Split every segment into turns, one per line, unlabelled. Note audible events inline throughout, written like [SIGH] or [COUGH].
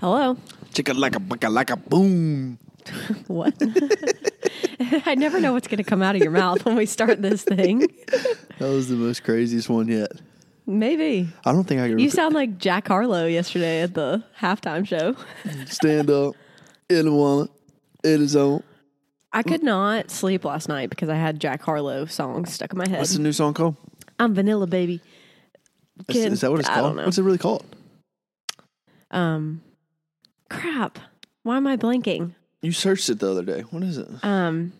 Hello.
Chicka like a bucka like a boom.
What? [LAUGHS] I never know what's going to come out of your mouth when we start this thing.
That was the most craziest one yet.
Maybe.
I don't think I could
You sound like Jack Harlow yesterday at the halftime show.
stand up in the wallet. It is on.
I could not sleep last night because I had Jack Harlow songs stuck in my head.
What's the new song called?
I'm Vanilla Baby.
Is,
Kid-
is that what it's
I
called?
don't know.
What's it really called?
Um, crap. Why am I blanking?
You searched it the other day. What is it?
Um,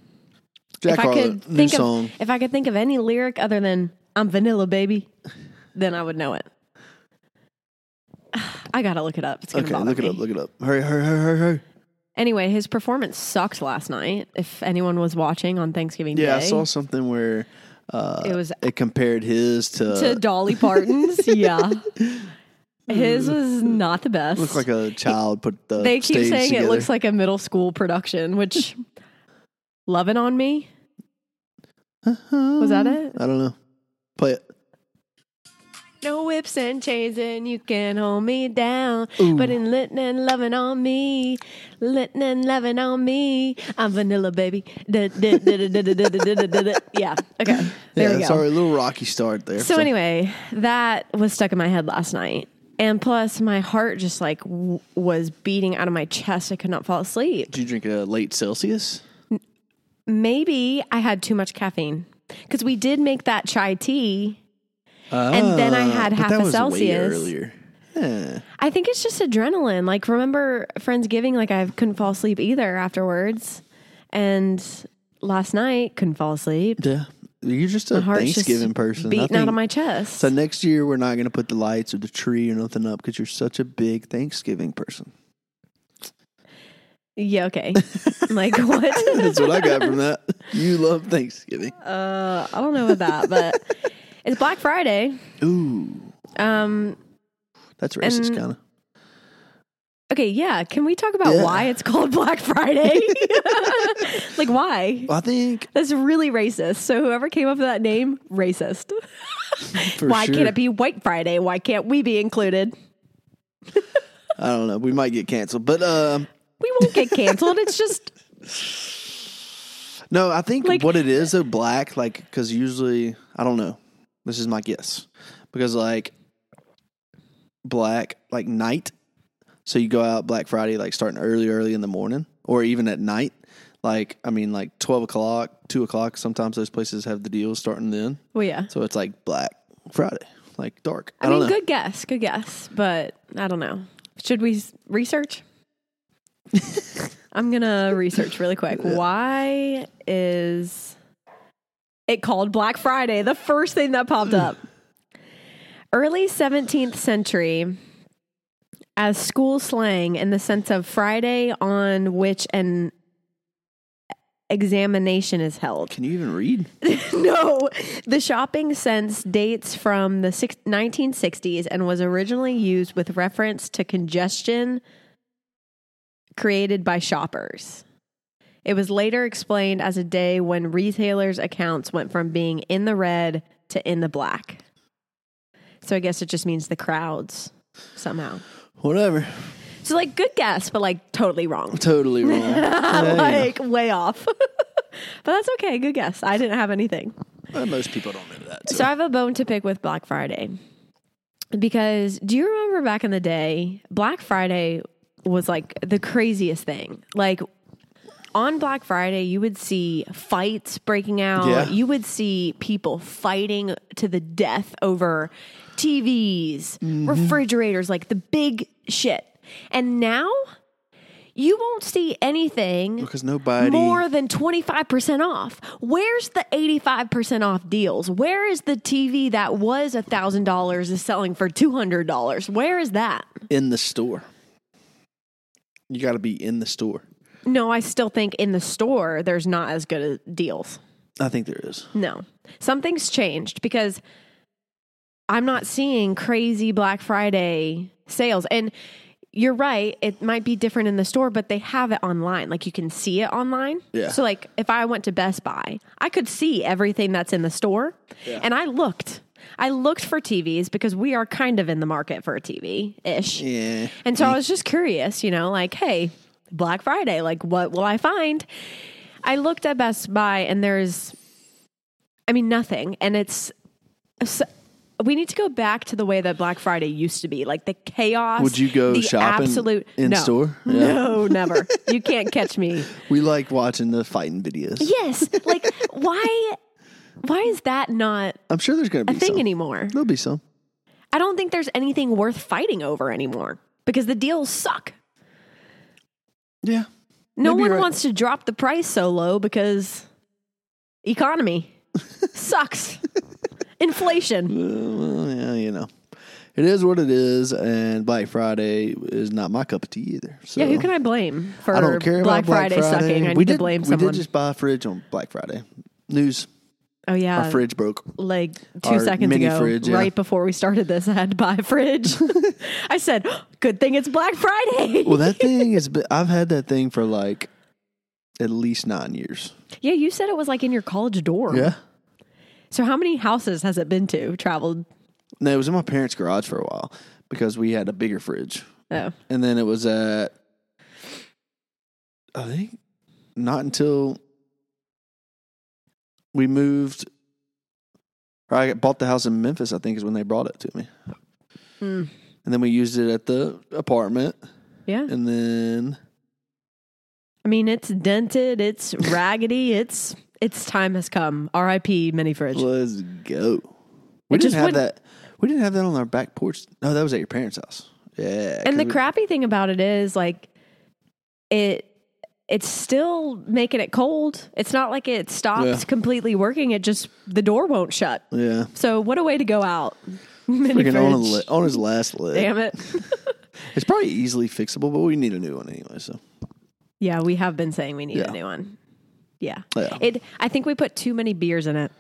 Jack
if I
Harlow,
could
new
think
song.
of if I could think of any lyric other than "I'm Vanilla Baby," then I would know it. [SIGHS] I gotta look it up. It's gonna
okay,
bother
look
me.
it up. Look it up. Hurry, hurry, hurry, hurry, hurry.
Anyway, his performance sucked last night. If anyone was watching on Thanksgiving
Yeah, I
Day,
saw something where uh,
It was-
it compared his to,
to Dolly
[LAUGHS]
Parton's. yeah, his was not the best.
looked Hmm. like a child put the
they keep
stage
saying
together.
it looks like a middle school production, which [LAUGHS] "Lovin' on Me" was that it?
I don't know. Play it.
No whips and chains, and you can hold me down. But in littin' and lovin' on me, littin' and lovin' on me, I'm vanilla, baby. [LAUGHS] Da- da- da- da- da- da- da- da- da- da- da. Yeah. Okay. There
yeah,
we go.
sorry, a little rocky start there.
So, anyway, that was stuck in my head last night. And plus, my heart just like w- was beating out of my chest. I could not fall asleep.
did you drink a late Celsius?
Maybe I had too much caffeine because we did make that chai tea. And then I had
Ah, but
half
that
a
was Way
Celsius.
earlier. Yeah.
I think it's just adrenaline. Like remember Friendsgiving, like I couldn't fall asleep either afterwards. And last night couldn't fall asleep.
yeah. You're just a
My heart's
Thanksgiving
just
person. I
beating out
think-
of my chest.
so next year we're not going to put the lights or the tree or nothing up because you're such a big Thanksgiving person.
yeah, okay. I'm
[LAUGHS]
like what?
That's what I got from that. [LAUGHS] You love Thanksgiving.
uh, I don't know about that, but it's Black Friday.
Ooh,
Um
that's racist,
And-
kind of.
okay, yeah. Can we talk about
Yeah.
why it's called Black Friday? [LAUGHS] like why?
I think
That's really racist. So whoever came up with that name, racist.
for
why
sure.
can't it be White Friday? Why can't we be included?
I don't know. We might get canceled, but um,
We won't get canceled. It's just
No, I think
Like-
what it is though, black, like, because usually, I don't know. This is my guess. Because, like, black, like, night. So you go out Black Friday, like, starting early, early in the morning or even at night. Like, I mean, like 12 o'clock, 2 o'clock. Sometimes those places have the deals starting then.
well, yeah.
So it's like Black Friday, like dark. I,
I,
don't
mean,
know.
good guess, good guess, but I don't know. Should we s-
[LAUGHS]
research? I'm gonna research really quick. Why is it called Black Friday? The first thing that popped
[SIGHS]
up. Early 17th century, as school slang in the sense of Friday on which an examination is held.
Can you even read?
[LAUGHS] no, the shopping sense dates from the six, 1960s and was originally used with reference to congestion created by shoppers. It was later explained as a day when retailers' accounts went from being in the red to in the black. So I guess it just means the crowds somehow.
Whatever.
So, like, good guess, but like totally wrong.
Totally
[LAUGHS]
wrong. Yeah, you know.
like, way off. [LAUGHS] but that's okay. Good guess. I didn't have anything.
Well, most people don't know that. So.
So I have a bone to pick with Black Friday because do you remember back in the day, Black Friday was like the craziest thing. Like on Black Friday, you would see fights breaking out.
Yeah.
You would see people fighting to the death over TVs,
Mm-hmm.
refrigerators, like the big shit. And now you won't see anything
Because nobody.
more than 25% off. Where's the 85% off deals? Where is the TV that was $1,000 is selling for $200? Where is that?
in the store. You got to be in the store.
No, I still think in the store there's not as good a deals.
I think there is.
No. Something's changed because I'm not seeing crazy Black Friday sales. And you're right, it might be different in the store, but they have it online. Like you can see it online.
Yeah.
So like if I went to Best Buy, I could see everything that's in the store. And I looked. I looked for TVs because we are kind of in the market for a TV ish.
Yeah.
And so I was just curious, you know, like, hey, Black Friday, like, what will I find? I looked at Best Buy and there's, I mean, nothing. And it's, so, we need to go back to the way that Black Friday used to be, like the chaos.
Would you go
the
shopping
Absolute
in
no.
store? Yeah.
[LAUGHS] No, never. You can't catch
[LAUGHS]
me.
We like watching the fighting videos.
Yes, like why? Why is that not
I'm sure there's going to
a
be
thing
some.
anymore?
There'll be some.
I don't think there's anything worth fighting over anymore because the deals suck.
Yeah.
No
Maybe
one
you're right.
wants to drop the price so low because
[LAUGHS]
economy sucks. Inflation.
Uh, Well, yeah, you know. It is what it is, and Black Friday is not my cup of tea either. So
Yeah, who can I blame for
I don't care
Black,
about Black
Friday, sucking? I need
we
to
did,
blame
we
someone.
did just buy a fridge on Black Friday. News:
oh
Our
yeah,
fridge broke.
like two
our
seconds
mini
ago,
fridge, yeah.
right before we started this, I had to buy a
[LAUGHS]
fridge. I said, "Good thing it's Black Friday." [LAUGHS]
Well, that thing is. be- I've had that thing for like at least nine years.
yeah, you said it was like in your college dorm. So how many houses has it been to? Traveled?
No, it was in my parents' garage for a while because we had a bigger fridge,
Oh,
and then it was at. I think not until we moved. Or I bought the house in Memphis. I think is when they brought it to me,
Mm.
and then we used it at the apartment,
yeah.
and then
I mean, it's dented. It's raggedy. it's its time has come. R.I.P. Mini fridge.
Let's go.
It
We didn't
just
have
wouldn't-
that. We didn't have that on our back porch. No, that was at your parents' house. Yeah,
and the
'cause we-
crappy thing about it is like it it's still making it cold it's not like it stops
Yeah.
completely working it just the door won't shut
Yeah,
so what a way to go out [LAUGHS] Mini
freaking on, a li-
fridge.
on his last leg.
damn it [LAUGHS]
It's probably easily fixable, but we need a new one anyway. So
[LAUGHS] yeah we have been saying we need
Yeah.
a new one yeah.
Yeah.
it i think we put too many beers in it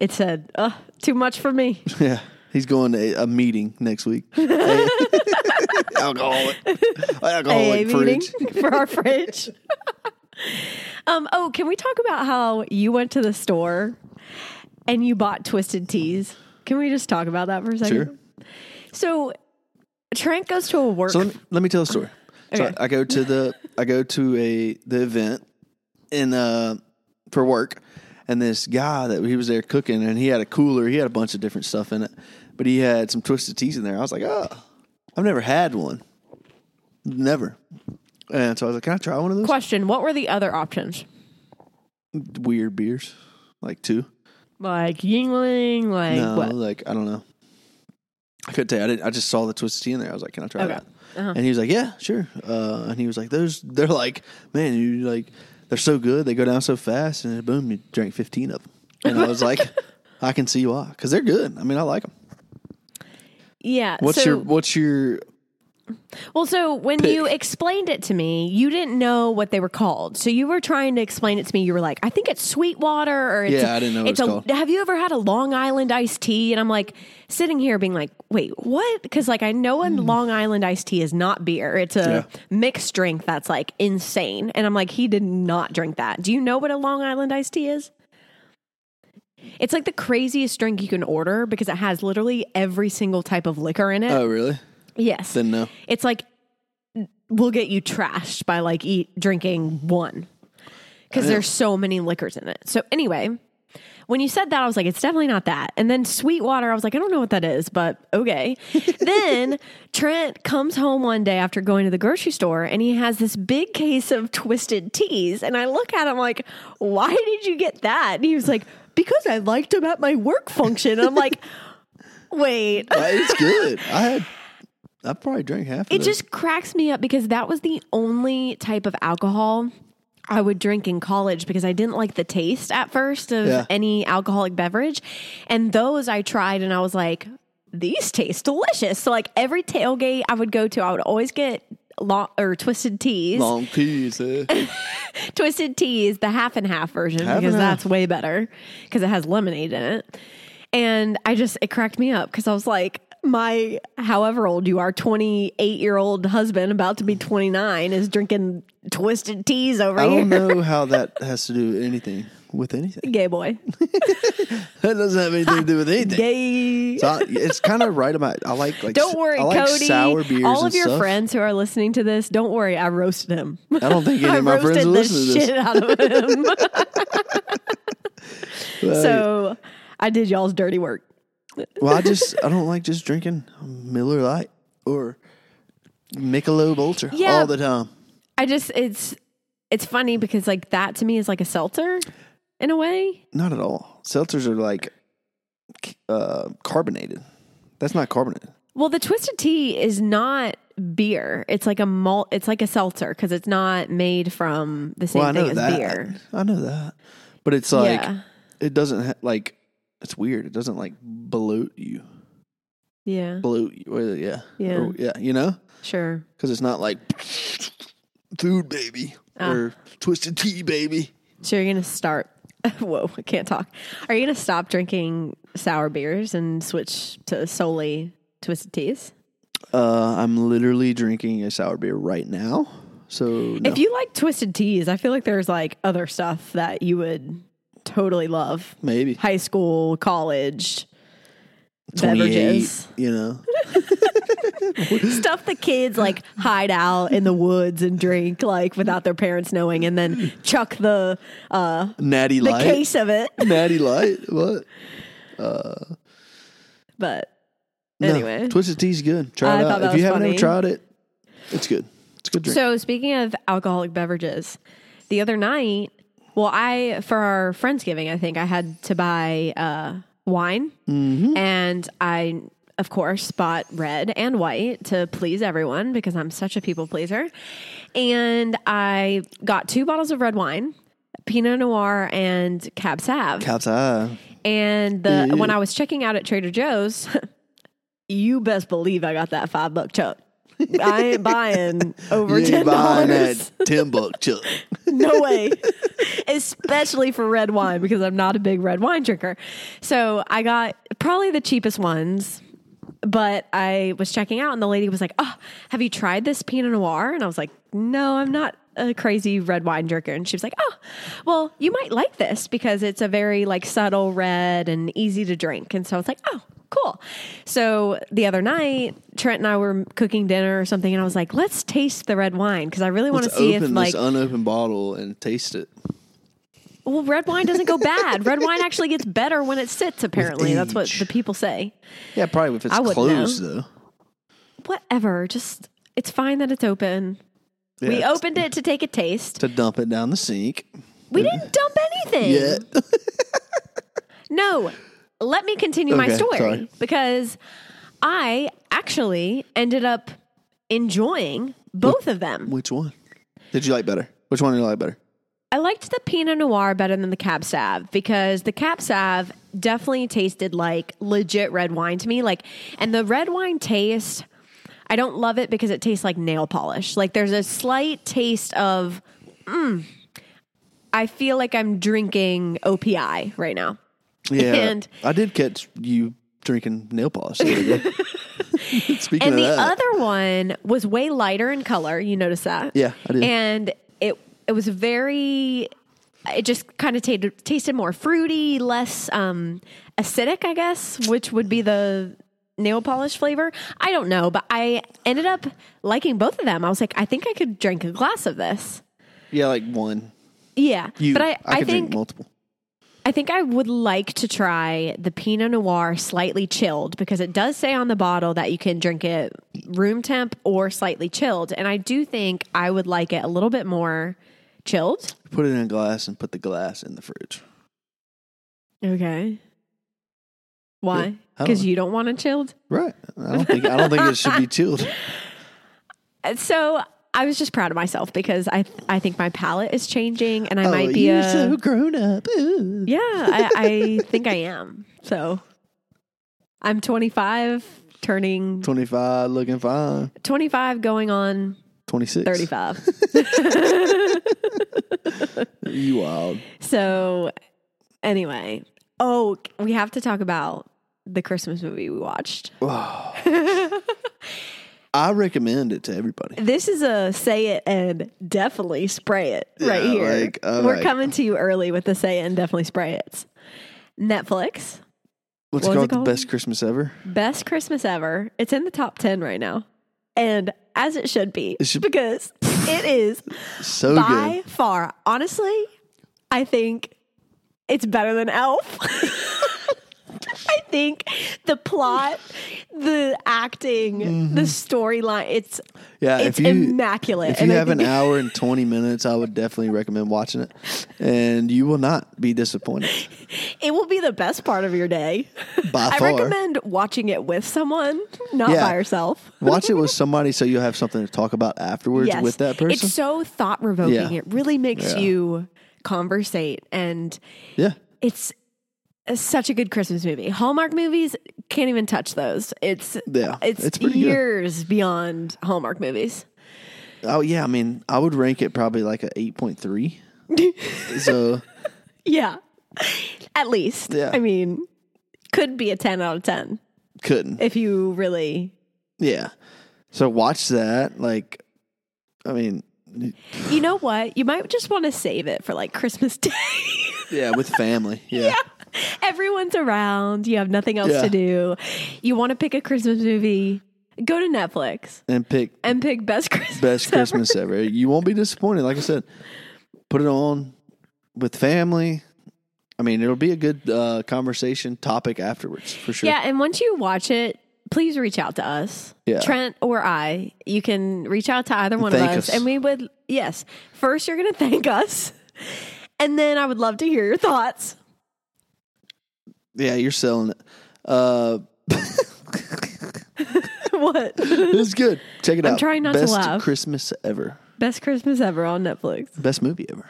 it said Ugh, too much for me
yeah, he's going to a, a meeting
[LAUGHS]
next week. alcoholic, alcoholic
AA meeting
fridge.
[LAUGHS] for our
[LAUGHS]
fridge. um, oh, can we talk about how you went to the store and you bought twisted teas? Can we just talk about that for a second?
Sure.
So Trent goes to a work.
So let me, let me tell a story. So
Okay.
I, I go to the I go to a the event in uh for work, and this guy that he was there cooking, and he had a cooler, he had a bunch of different stuff in it, but he had some twisted teas in there. I was like, oh, I've never had one, never. And so I was like, can I try one of those
Question: What were the other options?
weird beers? Like two?
Like Yingling, like
No,
what?
like I don't know. I couldn't tell. you. I didn't. I just saw the twisted tea in there. I was like, "Can I try
Okay. Uh-huh.
that?" And he was like, "Yeah, sure." Uh, and he was like, "Those, they're like, man, you like, they're so good. They go down so fast, and then boom, you drank fifteen of them." And I was
[LAUGHS]
like, "I can see why, because they're good. I mean, I like them."
Yeah.
What's
so,
your What's your
well? So when you explained it to me, you didn't know what they were called. So you were trying to explain it to me. You were like, "I think it's Sweetwater," or it's
Yeah,
I
I didn't know what
it's
it's
a,
called.
Have you ever had a Long Island iced tea? And I'm like sitting here being like, wait, what? Because like I know a Long Island iced tea is not beer. It's a
Hmm. Yeah.
mixed drink that's like insane. And I'm like, he did not drink that. Do you know what a Long Island iced tea is? It's like the craziest drink you can order because it has literally every single type of liquor in it.
Oh, really?
yes.
Then no.
it's like we'll get you trashed by like eat drinking one because there's so many liquors in it. So anyway, when you said that, I was like, it's definitely not that. And then Sweetwater, I was like, I don't know what that is, but okay. then Trent comes home one day after going to the grocery store and he has this big case of twisted teas. And I look at him like, why did you get that? And he was like, because I liked them at my work function. And I'm like, wait.
Uh, It's good. I had. I probably drank half. Of
It just cracks me up because that was the only type of alcohol I would drink in college because I didn't like the taste at first of
Yeah.
any alcoholic beverage. And those I tried and I was like, these taste delicious. So like every tailgate I would go to, I would always get long or twisted teas,
long
[LAUGHS]
peas. eh?
twisted teas, the half and half version
Half and
because
half.
that's way better because it has lemonade in it. And I just it cracked me up because I was like, my however old you are, twenty eight year old husband about to be twenty nine is drinking twisted teas over
I
here.
don't know how that has to do with anything. with anything.
[LAUGHS]
[LAUGHS]
Gay boy.
That doesn't have anything to do with anything.
Gay.
[LAUGHS] So I- it's kind of right about. I like like.
Don't worry,
I like
Cody.
Sour beers
All
and
of your
stuff.
friends who are listening to this, don't worry. I roasted
[LAUGHS]
him.
I
[LAUGHS]
don't think any
I
of my friends
roasted
will
the
listen to this.
shit out of
[LAUGHS]
him. [LAUGHS]
Like,
so I did y'all's dirty work.
well, I just I don't like just drinking Miller Lite or Michelob Ultra
Yeah.
all the time.
I just it's it's funny because like that to me is like a seltzer in a way.
Not at all. Seltzers are like c- uh, carbonated. That's not carbonated.
Well, the twisted tea is not beer. It's like a malt. It's like a seltzer because it's not made from the same
well, I know
thing as
that.
beer.
I know that. But it's like
yeah,
it doesn't ha- like it's weird. It doesn't like bloat you.
yeah,
Bloat you. Or, yeah.
Yeah.
Or- yeah. You know,
sure.
because it's not like food baby
Ah.
or twisted tea baby.
So you're gonna start. [LAUGHS] Whoa, I can't talk. Are you gonna stop drinking sour beers and switch to solely twisted teas?
Uh, I'm literally drinking a sour beer right now. So no.
If you like twisted teas, I feel like there's like other stuff that you would totally love.
maybe
High school, college,
28,
beverages.
you know,
[LAUGHS] stuff the kids like hide out in the woods and drink like without their parents knowing and then chuck the uh
natty
the
light,
case of it
[LAUGHS] natty light. What?
but
No,
anyway
twisted tea's good. Try
I
it
thought
out.
that
If you
was
haven't
funny.
ever tried it, it's good. It's a good drink.
so speaking of alcoholic beverages the other night well i for our friendsgiving i think i had to buy uh wine and i of course bought red and white to please everyone because i'm such a people pleaser and i got two bottles of red wine pinot noir and cab sav [LAUGHS]
Cat's eye.
And the when I was checking out at Trader Joe's, [LAUGHS] you best believe I got that five buck
[LAUGHS]
chuck. I ain't buying over
You
ten
ain't buying
dollars.
that ten [LAUGHS] buck chuck.
No way. [LAUGHS] Especially for red wine because I'm not a big red wine drinker. So I got probably the cheapest ones. But I was checking out and the lady was like, Oh, have you tried this Pinot Noir? And I was like, No, I'm not a crazy red wine drinker. And she was like, Oh, well, you might like this because it's a very like subtle red and easy to drink. And so I was like, Oh, cool. So the other night, Trent and I were cooking dinner or something, and I was like, Let's taste the red wine because I really want to
Let's
see if
open
like
this unopened bottle and taste it.
well, red wine doesn't go bad. red wine actually gets better when it sits, apparently. That's what
age.
the people say.
Yeah, probably if it's
I wouldn't
closed though.
Whatever. Just, it's fine that it's open.
Yeah,
we
it's-
opened it to take a taste.
to dump it down the sink.
We didn't dump anything.
Yeah,
No, let me continue my
Okay,
story
sorry.
because I actually ended up enjoying both of them.
which one did you like better? Which one did you like better?
I liked the Pinot Noir better than the Cab Sav because the Cab Sav definitely tasted like legit red wine to me. Like, and the red wine taste, I don't love it because it tastes like nail polish. Like, there's a slight taste of, mm, I feel like I'm drinking OPI right now.
Yeah,
And-
I did catch you drinking nail polish. The other day.
[LAUGHS]
Speaking
And
of
the
that,
other one was way lighter in color. You notice that?
Yeah, I did.
And it it was very. It just kind of tasted tasted more fruity, less um, acidic, I guess, which would be the nail polish flavor. I don't know, but I ended up liking both of them. I was like, I think I could drink a glass of this.
yeah, like one.
Yeah,
You,
but I,
I,
I
could drink
think
multiple.
I think I would like to try the Pinot Noir slightly chilled because it does say on the bottle that you can drink it room temp or slightly chilled. And I do think I would like it a little bit more chilled.
Put it in a glass and put the glass in the fridge.
Okay. Why?
I don't
Because
know.
you don't want it chilled?
Right. I don't think I don't think it should
[LAUGHS]
be chilled.
And Uh, So I was just proud of myself because I, I think my palate is changing and I
oh,
might be
you're
a.
so grown up. Ooh.
Yeah, I, I think I am. So I'm 25, turning
Twenty five, looking fine.
25, going on
Twenty six.
35.
[LAUGHS]
[LAUGHS]
You wild.
So, anyway, oh, we have to talk about the Christmas movie we watched.
Oh. I recommend it to everybody.
This is a say it and definitely spray it right
Yeah,
here.
like, all
We're
right.
coming to you early with the say it and definitely spray it. Netflix,
What's
What was it
it called?
called?
The best Christmas ever.
best Christmas ever. It's in the top 10 right now. And as it should be,
It should- [LAUGHS]
because it is
So
by far. Honestly, I think it's better than Elf. [LAUGHS] I think the plot, the acting, the storyline, it's
good. Mm-hmm. Yeah.
it's
if you
immaculate.
if you
I
have an
think- [LAUGHS]
hour and twenty minutes, I would definitely recommend watching it, and you will not be disappointed
it will be the best part of your day.
[LAUGHS] by
I
far.
recommend watching it with someone, not
Yeah.
by yourself.
Watch it with somebody so you'll have something to talk about afterwards
Yes.
with that person.
It's so thought provoking.
Yeah.
It really makes
Yeah.
you conversate and
yeah.
it's such a good Christmas movie. Hallmark movies can't even touch those. It's
Yeah,
it's,
it's pretty good.
years beyond Hallmark movies.
Oh yeah. I mean, I would rank it probably like a eight point
[LAUGHS]
three. so
Yeah. At least.
Yeah.
I mean, could be a 10 out of 10
couldn't.
if you really
Yeah. So watch that. Like, I mean,
You know what? You might just want to save it for like Christmas [LAUGHS] Day.
yeah, with family. Yeah.
Everyone's around. You have nothing else
Yeah.
to do. You want to pick a Christmas movie? Go to Netflix
And pick
and pick Best Christmas.
best
Ever.
Christmas ever. You won't be disappointed. Like I said, put it on with family. I mean, it'll be a good uh, conversation topic afterwards for sure.
Yeah, and once you watch it, please reach out to us,
Yeah.
Trent or I. You can reach out to either one of
thank
us,
us.
and we would. Yes, first you're going to [LAUGHS] thank us, and then I would love to hear your thoughts. [LAUGHS]
Yeah, you're selling it. Uh,
what
it's good. Check it out.
trying not to
best
laugh.
Christmas ever.
Best Christmas ever on Netflix?
Best movie
[LAUGHS]
ever.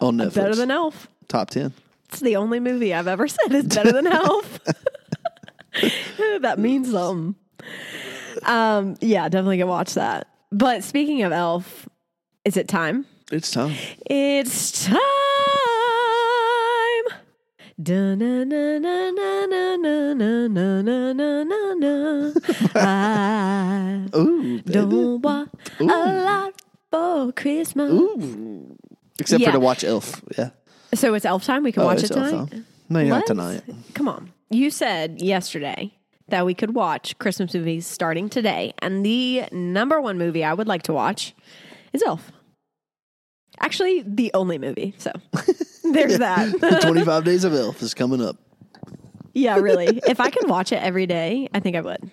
on Netflix.
Better than Elf.
Top ten.
It's the only movie I've ever said is better than Elf. [LAUGHS] that means something. Um, yeah, definitely can watch that. But speaking of Elf, is it time?
It's time.
It's time.
[LAUGHS]
Da-na-na-na-na-na-na-na-na-na-na-na.
Oh,
I
Ooh, baby.
don't want a lot for Christmas.
Ooh. Except
Yeah.
for to watch Elf. Yeah.
So it's Elf time. We can
Oh,
watch it
it's Elf,
tonight.
huh? No, you're
What?
not tonight.
Come on. You said yesterday that we could watch Christmas movies starting today, and the number one movie I would like to watch is Elf. Actually, the only movie.
[LAUGHS]
So there's that.
25 Days of Elf is coming up.
yeah, really. If I could watch it every day, I think I would.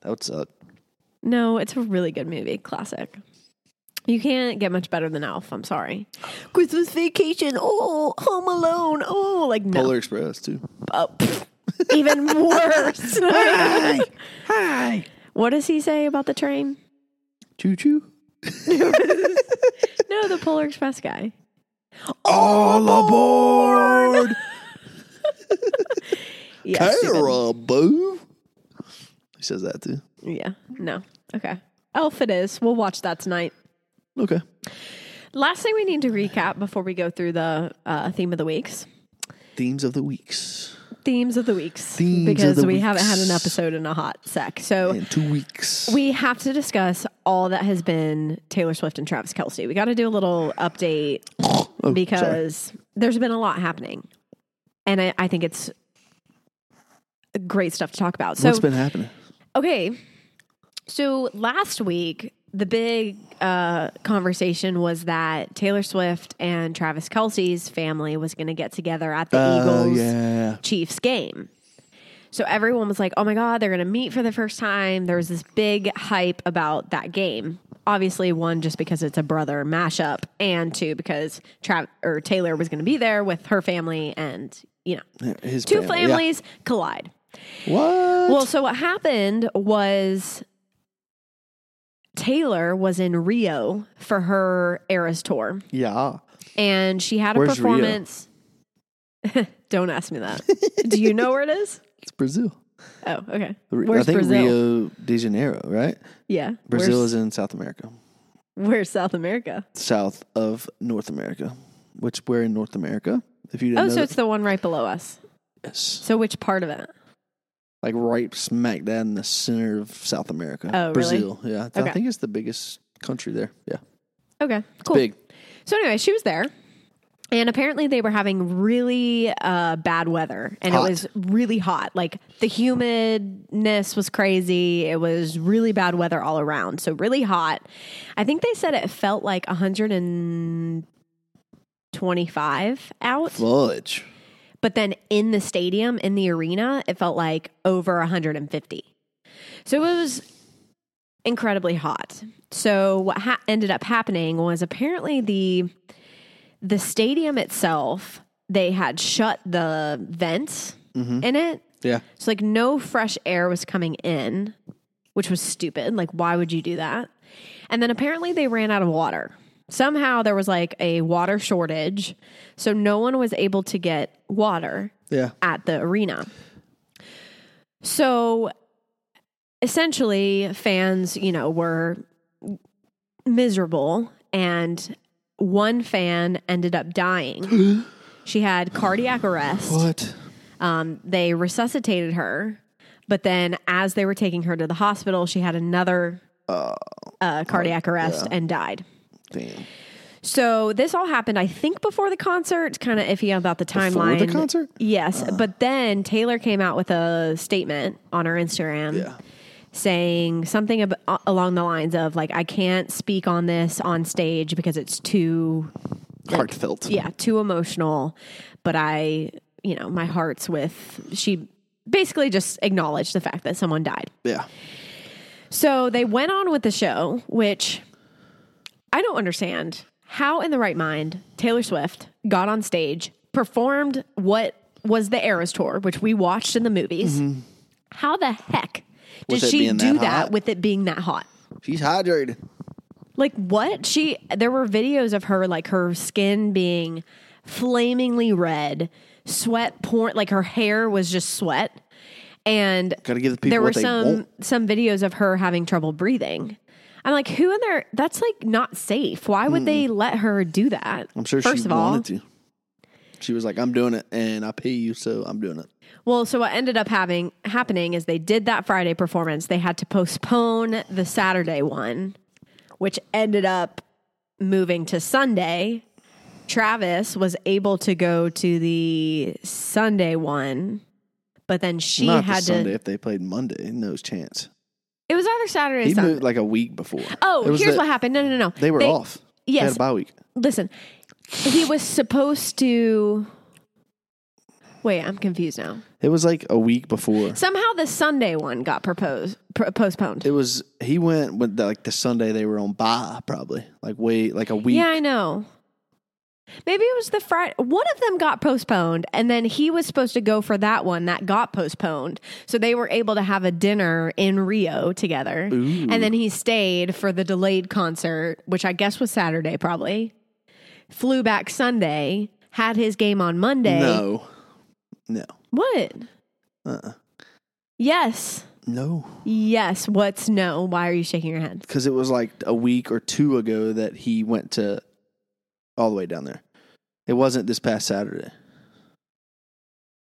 That would suck.
No, it's a really good movie, classic. You can't get much better than Elf. I'm sorry. Christmas Vacation. Oh, Home Alone. Oh, like no.
Polar Express, too.
Oh, pfft. even worse.
Hi. Hi.
What does he say about the train?
Choo choo.
No, the Polar Express guy.
All
[LAUGHS]
aboard.
Yeah. stupid.
Caribou. He says that, too.
Yeah. No. Okay. Elf it is. We'll watch that tonight.
Okay.
Last thing we need to recap before we go through the uh, theme of the weeks.
Themes of the weeks.
Themes of the weeks.
Themes of
because
the
we haven't had an
weeks.
episode in a hot sec. So
In two weeks.
we have to discuss all that has been Taylor Swift and Travis Kelsey. We got to do a little update
Oh, sorry.
because there's been a lot happening. And I, I think it's great stuff to talk about. So,
What's been happening?
okay. So, last week, the big uh, conversation was that Taylor Swift and Travis Kelsey's family was going to get together at the Eagles
Oh, yeah.
Chiefs game. So everyone was like, oh my God, they're going to meet for the first time. There was this big hype about that game. Obviously, one, just because it's a brother mashup, and two, because Trav- or Taylor was going to be there with her family and, you know,
His
two
family, yeah.
families collide.
What?
Well, so what happened was Taylor was in Rio for her Eras tour [LAUGHS]
yeah.
and she had a
Where's Rio?
performance. [LAUGHS] Don't ask me that. Do you know where it is?
It's Brazil.
Oh, okay.
Re-
Where's
I think
Brazil?
Rio de Janeiro, right?
Yeah.
Brazil
where's,
is in South America,
where's South America?
south of North America, which we're in North America. If you didn't
Oh,
know
so it's the one right below us.
that- yes.
So which part of it?
like right smack dab in the center of South America.
Oh, really?
Brazil. Yeah, I
Okay.
think it's the biggest country there. Yeah,
Okay, cool.
big.
So anyway, she was there. And apparently they were having really uh, bad weather and
Hot.
it was really hot. Like the humidness was crazy. It was really bad weather all around. So really hot. I think they said it felt like 125 out,
Fudge.
but then in the stadium in the arena it felt like over 150. So it was incredibly hot. So what ha- ended up happening was apparently the the stadium itself they had shut the vents in it,
Yeah.
so like no fresh air was coming in, which was stupid. Like why would you do that? And then apparently they ran out of water. Somehow there was like a water shortage, so no one was able to get water
Yeah.
at the arena. So essentially, fans, you know, were miserable, and one fan ended up dying. she had cardiac arrest.
What?
Um, they resuscitated her, but then as they were taking her to the hospital, she had another
Oh.
uh, cardiac arrest and died.
Damn.
So this all happened, I think, before the concert. It's kind of iffy about the timeline.
the concert? Uh.
yes. But then Taylor came out with a statement on her Instagram
Yeah.
saying something ab- a- along the lines of like, "I can't speak on this on stage because it's too,
Heartfelt.
yeah, too emotional." But I, you know, my heart's with. She basically just acknowledged the fact that someone died.
Yeah.
So they went on with the show, which I don't understand how, in the right mind, Taylor Swift got on stage, performed what was the Eras tour, which we watched in the movies. How the heck did
Mm-hmm. With it
she
being
do
that
that
hot?
with it being that hot?
She's hydrated.
Like what? She there were videos of her like her skin being flamingly red, sweat pouring like her hair was just sweat. And
Got to give the people
there were
what they
some
want.
some videos of her having trouble breathing. I'm like, who in there? That's like not safe. Why would they let her do that?
I'm sure
First
she
of all,
wanted to. She was like, "I'm doing it, and I pay you, so I'm doing it."
well, so what ended up having happening is they did that Friday performance. They had to postpone the Saturday one, which ended up moving to Sunday. Travis was able to go to the Sunday one, but then she
Not the
had to.
Sunday if they played Monday. No chance.
It was either Saturday or
He
Sunday.
moved like a week before.
Oh,
It was
here's
the-
what happened. No, no, no.
They were off. They had
Yes,
a bye week.
listen, he was supposed to. Wait, I'm confused now.
It was like a week before.
Somehow the Sunday one got proposed pro- postponed.
It was he went with the, like the Sunday they were on bye probably like wait like a week.
Yeah, I know. Maybe it was the Friday. One of them got postponed, and then he was supposed to go for that one that got postponed. So they were able to have a dinner in Rio together. And then he stayed for the delayed concert, which I guess was Saturday probably. Flew back Sunday, had his game on Monday.
No, no,
What?
uh-uh.
Yes.
no,
Yes. What's no? Why are you shaking your head?
because it was like a week or two ago that he went to all the way down there. It wasn't this past Saturday.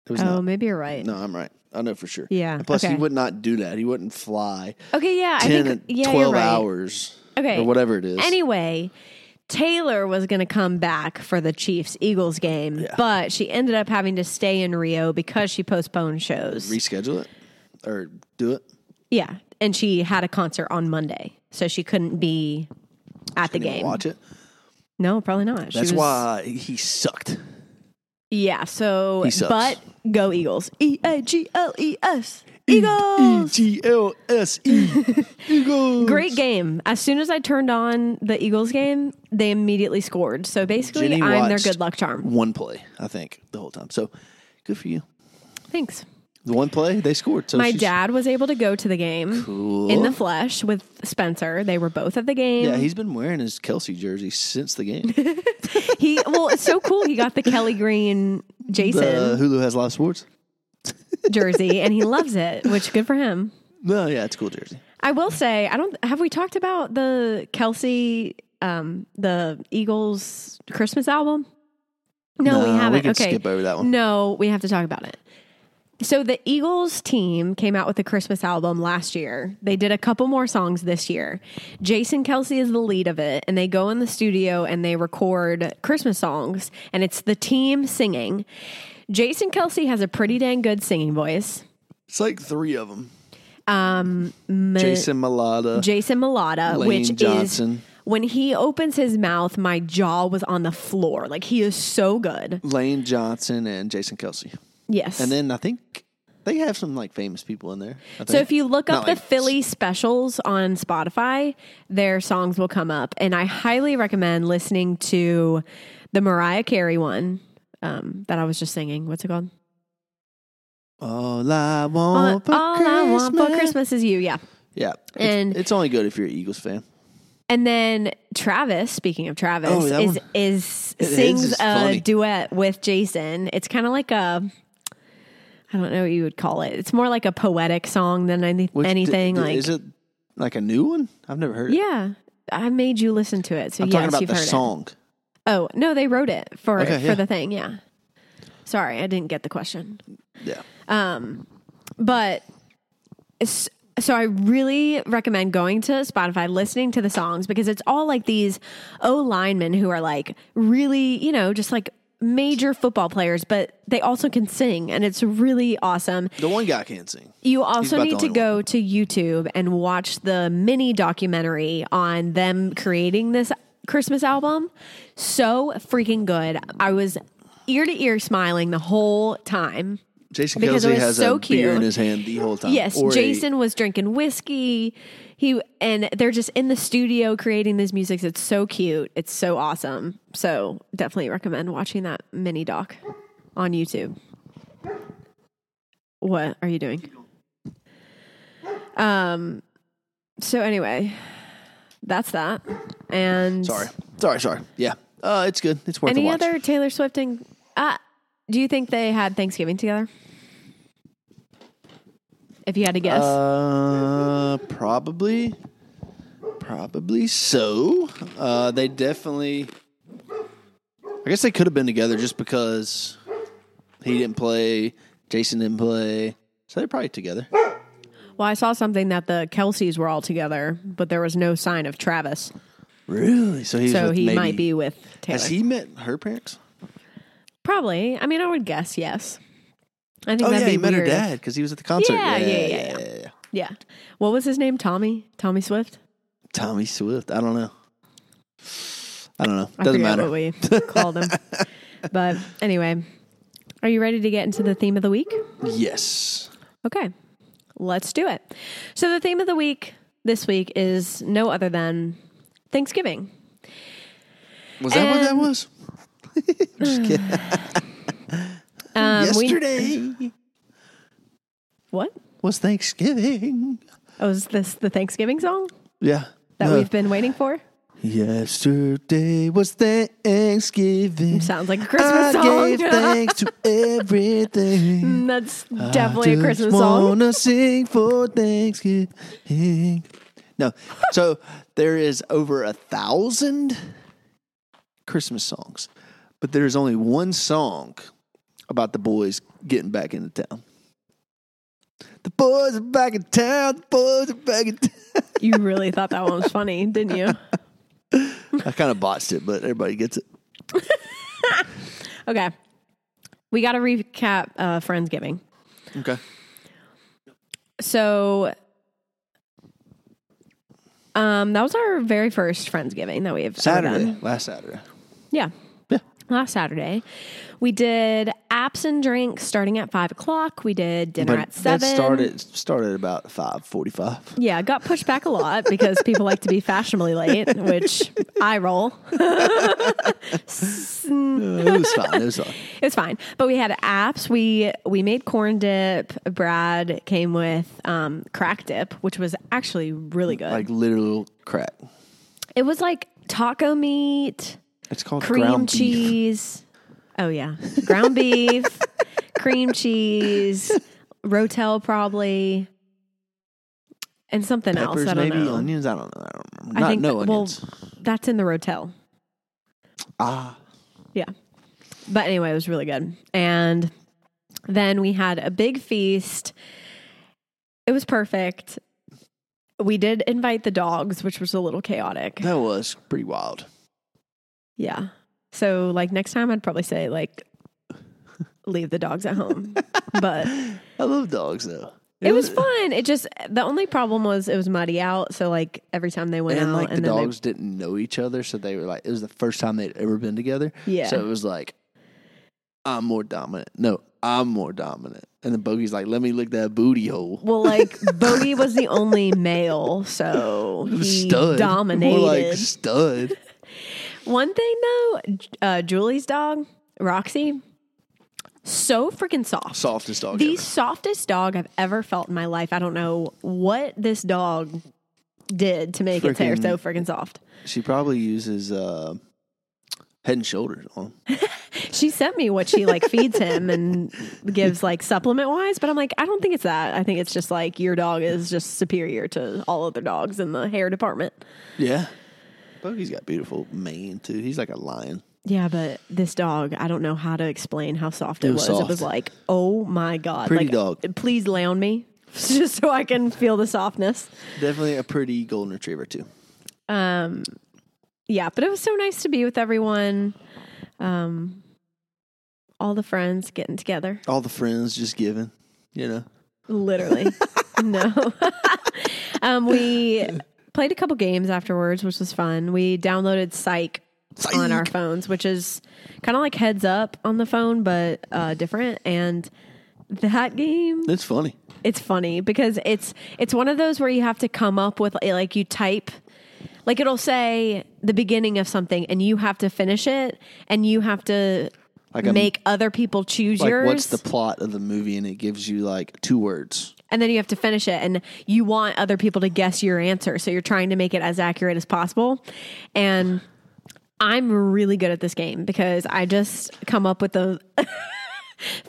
It was
Oh,
not.
maybe you're right.
No, I'm right. I know for sure.
Yeah.
And plus,
okay.
he would not do that. He wouldn't fly
Okay. Yeah. I
ten
think.
and
Yeah. you're
twelve
right.
hours
Okay.
or whatever it is.
Anyway, Taylor was going to come back for the Chiefs Eagles game,
Yeah.
but she ended up having to stay in Rio because she postponed shows.
reschedule it or do it.
yeah. And she had a concert on Monday, so she couldn't be at the
Didn't even
game.
Watch it.
No, probably not. She
That's
was-
why he sucked.
Yeah. So,
He sucks.
but go Eagles. E A G L E S. Eagles.
E G L S
[LAUGHS]
E. Eagles.
Great game. As soon as I turned on the Eagles game, they immediately scored. So basically,
Jenny
I'm their
watched
good luck charm.
One play, I think, the whole time. So good for you.
Thanks.
The one play they scored. So
My
she's-
dad was able to go to the game
Cool.
in the flesh with Spencer. They were both at the game.
yeah, he's been wearing his Kelsey jersey since
[LAUGHS]
the game.
he well, it's so cool. He got the Kelly Green
the uh, [LAUGHS]
Jason
Hulu has live sports.
jersey, and he loves it, which good for him.
No, yeah, it's a cool jersey.
I will say, I don't have we talked about the Kelsey, um, the Eagles Christmas album. No, we
Nah,
haven't.
We can
okay,
skip over that one.
No, we have to talk about it. So the Eagles team came out with a Christmas album last year. They did a couple more songs this year. Jason Kelsey is the lead of it, and they go in the studio and they record Christmas songs, and it's the team singing. Jason Kelsey has a pretty dang good singing voice.
It's like three of them.
Um, Ma-
Jason Malata.
Jason Mulata,
Lane
which is
Johnson.
when he opens his mouth, my jaw was on the floor. Like he is so good.
Lane Johnson and Jason Kelsey.
Yes.
And then I think they have some like famous people in there.
So
I think.
if you look up
Not
the
like-
Philly specials on Spotify, their songs will come up, and I highly recommend listening to the Mariah Carey one um, that I was just singing. What's it called?
all I
All,
want, for,
All
Christmas.
I want for Christmas is you. Yeah,
Yeah, it's,
And-
it's only good if you're an Eagles fan.
and then Travis. Speaking of Travis,
Oh, that
is
one-
is
It is
sings
just
a
funny.
duet with Jason. It's kind of like a. I don't know what you would call it. It's more like a poetic song than any,
Which-
anything
d- d-
like.
is it like a new one? I've never heard. it.
yeah, I made you listen to it, so
I'm
yes,
talking about
you've
the
heard it.
song.
Oh no, they wrote it for
Okay,
for
yeah.
the thing. Yeah. Sorry, I didn't get the question.
Yeah,
Um, but s- so I really recommend going to Spotify, listening to the songs because it's all like these O linemen who are like really, you know, just like major football players, but they also can sing, and it's really awesome.
the one guy can sing.
You also
about
need
the
to
only
go to YouTube and watch the mini documentary on them creating this Christmas album. So freaking good. I was ear to ear smiling the whole time.
Jason
Because it
Kelsey
was
has
so
a beer in
cute.
his hand the whole time.
Yes,
Um, Or a-
Jason was drinking whiskey. He and they're just in the studio creating these musics. It's so cute. It's so awesome. So definitely recommend watching that mini doc on YouTube. What are you doing? Um. So anyway, that's that. And
sorry, sorry, sorry. Yeah, uh, it's good. It's worth a
Any
watch.
other Taylor Swift and uh, do you think they had Thanksgiving together? If you had to guess.
Uh, probably, probably so. Uh, they definitely. I guess they could have been together just because he didn't play, Jason didn't play, so they're probably together.
Well, I saw something that the Kelseys were all together, but there was no sign of Travis.
Really? So he's
So
with
he
maybe-
might be with Taylor.
Has he met her parents?
Probably. I mean, I would guess yes. I think
Oh
that'd
yeah,
be
he met her
weird if-
dad because he was at the concert.
Yeah, yeah, yeah, yeah.
yeah.
Yeah. What was his name? Tommy? Tommy Swift?
Tommy Swift. I don't know. I don't know.
I forget
Doesn't matter.
what we called
[LAUGHS]
him. But anyway, are you ready to get into the theme of the week?
yes.
Okay, let's do it. So, the theme of the week this week is no other than Thanksgiving.
Was that what that
And-
was? Just kidding.
Um, we-
Yesterday
what?
was Thanksgiving.
Oh, is this the Thanksgiving song
Yeah.
that
No.
we've been waiting for?
Yesterday was Thanksgiving.
Sounds like a
I
Christmas [LAUGHS]
gave
song.
thanks to everything.
That's definitely a Christmas song.
Wanna sing for Thanksgiving? No, so there is over a thousand Christmas songs, but there is only one song about the boys getting back into town. The boys are back in town. The boys are back in town. [LAUGHS]
You really thought that one was funny, didn't you?
I kind of botched it, but everybody gets it.
Okay. We got to recap uh, Friendsgiving.
Okay.
So um, that was our very first Friendsgiving that we've ever done.
Saturday, last Saturday.
Yeah.
Yeah.
Last Saturday, we did apps and drinks starting at five o'clock. We did dinner at
that
seven.
started started about five forty five.
Yeah, got pushed back a lot because people like to be fashionably late, which I roll.
[LAUGHS] it was fine. It was fine.
It's fine. But we had apps. We we made corn dip. Brad came with um, crack dip, which was actually really good.
Like literal crack.
it was like taco meat.
It's called
cream
ground beef.
cheese. Oh
[LAUGHS]
yeah, ground beef, cream cheese, rotel probably, and something
Peppers,
else. I don't
maybe
know.
onions. I don't know. I don't remember.
I
Not
think
no
that- well,
onions.
that's in the rotel.
ah,
Yeah, but anyway, it was really good, and Then we had a big feast. It was perfect. We did invite the dogs, which was a little chaotic.
That was pretty wild. [GASPS]
Yeah. So like next time I'd probably say like leave the dogs at
[LAUGHS]
home. but
I love dogs though.
it was fun. It just the only problem was it was muddy out, so like every time they went
And
out
like the
and then they-
dogs didn't know each other, so they were like, it was the first time they'd ever been together.
Yeah.
So it was like, I'm more dominant. No, I'm more dominant. And then Bogey's like, let me lick that booty hole. [LAUGHS]
well, like Bogey was the only male, so he
[LAUGHS] stud.
dominated.
More like stud.
One thing though, J- uh, Julie's dog, Roxy, so freaking soft.
Softest dog
the softest dog I've ever felt in my life. I don't know what this dog did to make its hair so freaking soft.
ever. She probably uses uh, head and shoulders on 'em.
She sent me what she like feeds him and gives like supplement wise, but I'm like, I don't think it's that. I think it's just like your dog is just superior to all other dogs in the hair department.
Yeah. Bogey's got beautiful mane too. He's like a lion.
Yeah, but this dog, I don't know how to explain how soft it,
was
was. It was
soft.
like, oh my god,
Pretty
like,
dog.
Please lay on me, [LAUGHS] just so I can feel the softness.
Definitely a pretty golden retriever too.
Um, yeah, but it was so nice to be with everyone. Um, all the friends getting together,
All the friends just giving, you know. [LAUGHS]
literally. no, [LAUGHS] um, we played a couple games afterwards, which was fun. We downloaded Psych. on our phones, which is kind of like heads up on the phone, but uh, different. And that game,
It's funny.
it's funny because it's it's one of those where you have to come up with eh, like you type, like it'll say the beginning of something, and you have to finish it, and you have to
Like a-
make other people choose
Like
yours,
what's the plot of the movie and it gives you like two words.
and then you have to finish it, and you want other people to guess your answer, so you're trying to make it as accurate as possible, and. I'm really good at this game because I just come up with the [LAUGHS]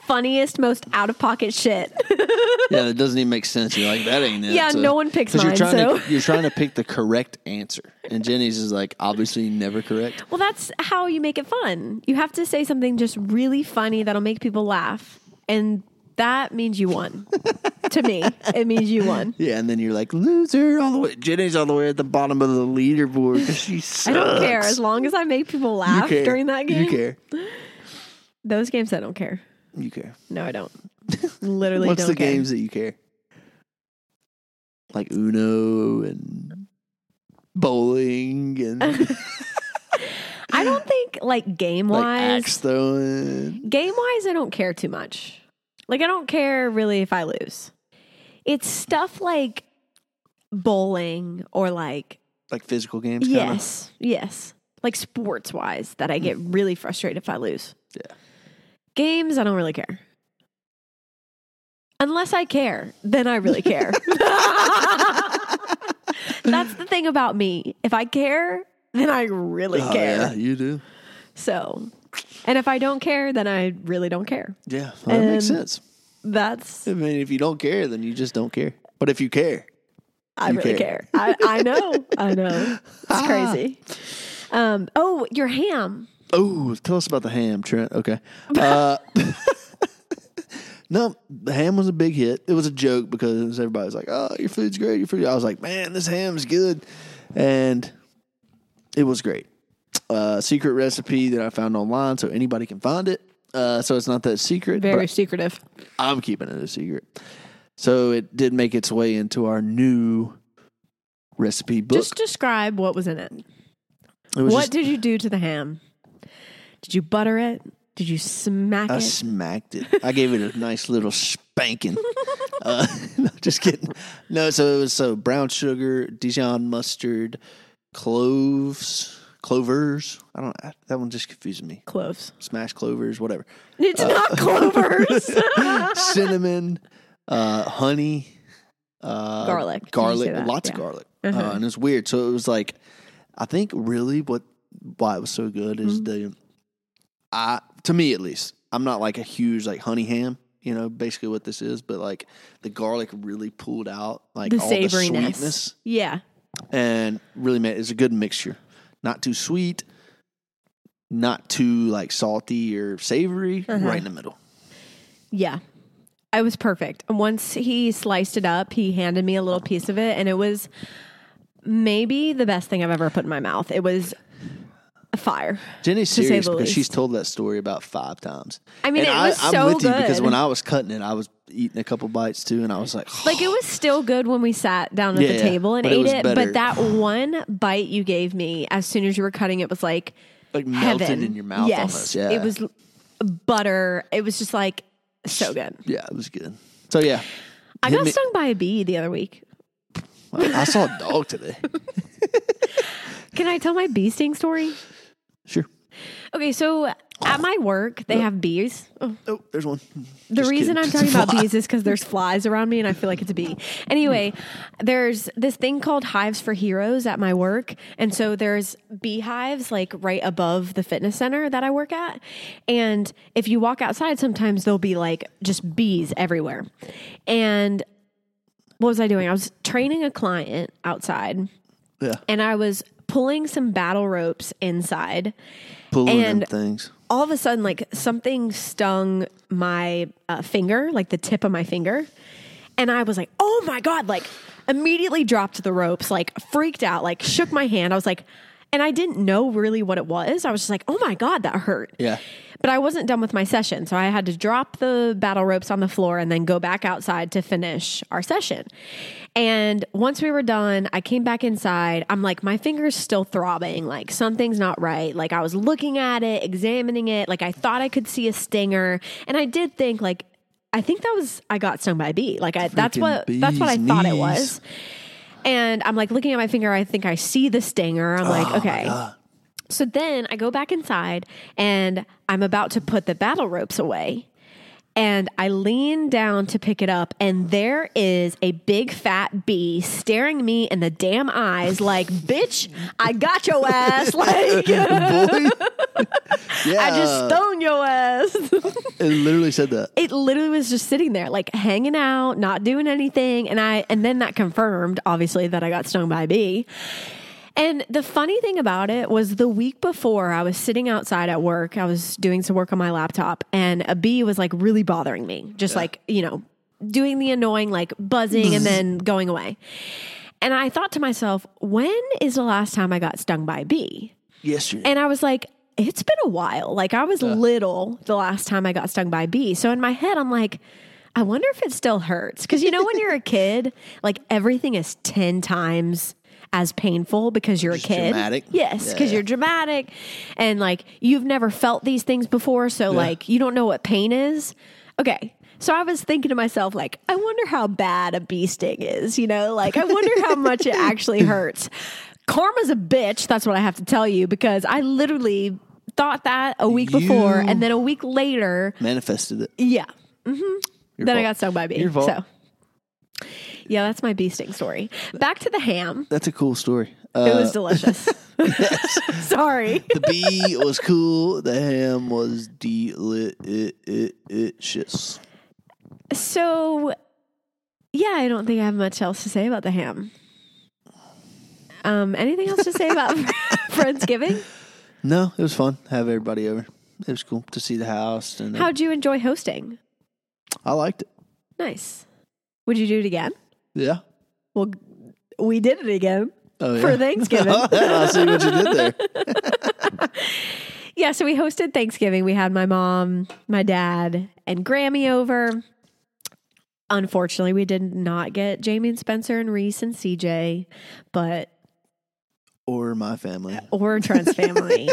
funniest, most out of pocket shit. [LAUGHS]
Yeah, that doesn't even make sense. You're like, that ain't it.
Yeah,
So-
no one picks
'cause
mine,
You're trying,
so.
to, you're trying to pick the correct answer. And Jenny's is like, obviously never correct.
well, that's how you make it fun. You have to say something just really funny that'll make people laugh. And that means you won. [LAUGHS] to me, it means you won.
Yeah, and then you're like, loser all the way. Jenny's all the way at the bottom of the leaderboard because she sucks.
I don't care. As long as I make people
You
laugh
care.
during that game,
You care.
those games I don't care.
You care.
No, I
[LAUGHS]
don't. Literally
What's
don't
the
care.
games that you care? Like Uno and
[LAUGHS]
bowling and [LAUGHS] like
I don't think, like, game wise,
axe throwing.
game wise, I don't care too much. Like, I don't care really if I lose. It's stuff like bowling or like,
Like physical games. kinda?
yes, yes, like sports wise that I get really frustrated if I lose.
Hmm. Yeah.
Games, I don't really care. Unless I care, then I really
[LAUGHS]
care. That's the thing about me. If I care, then I really
Oh,
care.
yeah, you do.
So, and if I don't care, then I really don't care.
Yeah, well, that makes
And-
sense.
That's
I mean, if you don't care, then you just don't care. But if you care,
I
You
really care.
care. Ah.
I, I
[LAUGHS]
know. I know. It's crazy. Um, oh, your ham.
oh, tell us about the ham, Trent. Okay. Uh, [LAUGHS] no, the ham was a big hit. It was a joke because everybody was like, "Oh, your food's great. Your food." I was like, "Man, this ham's good," and it was great. Uh, secret recipe that I found online, so anybody can find it. Uh, so it's not that secret. but
secretive.
I'm keeping it a secret. So it did make its way into our new recipe book.
Just describe what was in it.
it was
What
just,
did you do to the ham? Did you butter it? Did you smack
I
it?
smacked it. I gave it a nice little spanking. uh, [LAUGHS] no, just kidding. No, so it was so brown sugar, Dijon mustard, cloves, clovers. I don't. I, that one just confused me.
cloves.
Smash clovers, whatever.
It's
Uh.
not
[LAUGHS]
clovers.
cinnamon, uh, honey, uh,
Garlic. Did you
garlic,
say that?
lots
Yeah. Mm-hmm.
of garlic, uh, and it's weird. So it was like, I think really what why it was so good is
Mm-hmm.
the, I to me at least, I'm not like a huge like honey ham. You know, basically what this is, but like the garlic really pulled out like
the
all the
savoriness.
sweetness
[LAUGHS] yeah.
and really made it's a good mixture. Not too sweet,
Mm-hmm.
not too like salty or savory, right in the middle.
Yeah. I was perfect. Once he sliced it up, he handed me a little piece of it, and it was maybe the best thing I've ever put in my mouth. It was a fire.
Jenny's
say
serious
the
because she's
least.
told that story about five times.
I mean,
and
it was
I'm
so
with you because
good.
when I was cutting it, I was eating a couple bites too, and I was like,
[GASPS] Like it was still good when we sat down at
Yeah,
the
yeah.
table and
But it
ate
was
it,
better.
but that one bite you gave me as soon as you were cutting it was like
like melted
heaven.
in your mouth
Yes,
almost. Yeah,
it was l- butter. It was just like so good.
Yeah, it was good. So yeah,
I
Hit
got
me-
stung by a bee the other week.
I I saw a
[LAUGHS]
dog today.
Can I tell my bee sting story?
Sure.
Okay, so at my work they have bees.
Oh, there's one.
The reason I'm talking about bees is because there's flies around me and I feel like it's a bee. Anyway, there's this thing called Hives for Heroes at my work. And so there's beehives like right above the fitness center that I work at. And if you walk outside, sometimes there'll be like just bees everywhere. And what was I doing? I was training a client outside
[LAUGHS] yeah,
and I was pulling some battle ropes inside
pulling them
and- [LAUGHS]
things.
all of a sudden, like something stung my uh, finger, like the tip of my finger. And I was like, oh my God, like immediately dropped the ropes, like freaked out, like shook my hand. I was like, and I didn't know really what it was. I was just like, oh my God, that hurt.
Yeah.
But I wasn't done with my session. So I had to drop the battle ropes on the floor and then go back outside to finish our session. And once we were done, I came back inside. I'm like, my finger's still throbbing. Like, something's not right. Like, I was looking at it, examining it. Like, I thought I could see a stinger. And I did think, like, I think that was I got stung by a bee. Like I, that's
Freaking
what that's what I
bees'
thought it
knees.
was. And I'm like looking at my finger. I think I see the stinger. I'm
Oh
like, okay. So then I go back inside and I'm about to put the battle ropes away. And I lean down to pick it up, and there is a big fat bee staring me in the damn eyes, like, bitch, I got your ass. [LAUGHS] Like,
Boy. [LAUGHS] yeah,
I just stoned your ass. [LAUGHS]
it literally said that.
it literally was just sitting there like hanging out not doing anything and i and then that confirmed obviously that i got stung by a bee and the funny thing about it was the week before i was sitting outside at work i was doing some work on my laptop and a bee was like really bothering me just like you know doing the annoying like buzzing and then going away and i thought to myself when is the last time i got stung by a bee
Yesterday.
and I was like, it's been a while. Like I was little the last time I got stung by a bee. So in my head, I'm like, I wonder if it still hurts. Cause you know, when you're a kid, like everything is 10 times as painful because you're a kid.
dramatic.
Yes.
Yeah,
Cause
yeah.
you're dramatic and like you've never felt these things before. So like you don't know what pain is. Okay. So I was thinking to myself, like, I wonder how bad a bee sting is, you know? Like, I wonder
[LAUGHS]
how much it actually hurts. Karma's a bitch. That's what I have to tell you because I literally thought that a week before
You-
and then a week later.
manifested it.
Yeah.
Your
then I
fault.
got stung by a bee.
Your fault.
So, yeah, that's my bee sting story. Back to the ham.
That's a cool story.
It
Uh,
was
[LAUGHS]
delicious. [LAUGHS] Sorry.
the bee was cool. The ham was delicious.
So, yeah, I don't think I have much else to say about the ham. Um, anything else to [LAUGHS] say about Friendsgiving?
No, it was fun. Have everybody over. It was cool to see the house and
How'd you enjoy hosting?
I liked it.
Nice. Would you do it again?
Yeah.
Well, we did it again
Oh,
for
yeah.
Thanksgiving.
[LAUGHS] I see what you did there.
yeah, so we hosted Thanksgiving. We had my mom, my dad, and Grammy over. Unfortunately, we did not get Jamie and Spencer and Reese and CJ, but
Or my family.
or Trent's family.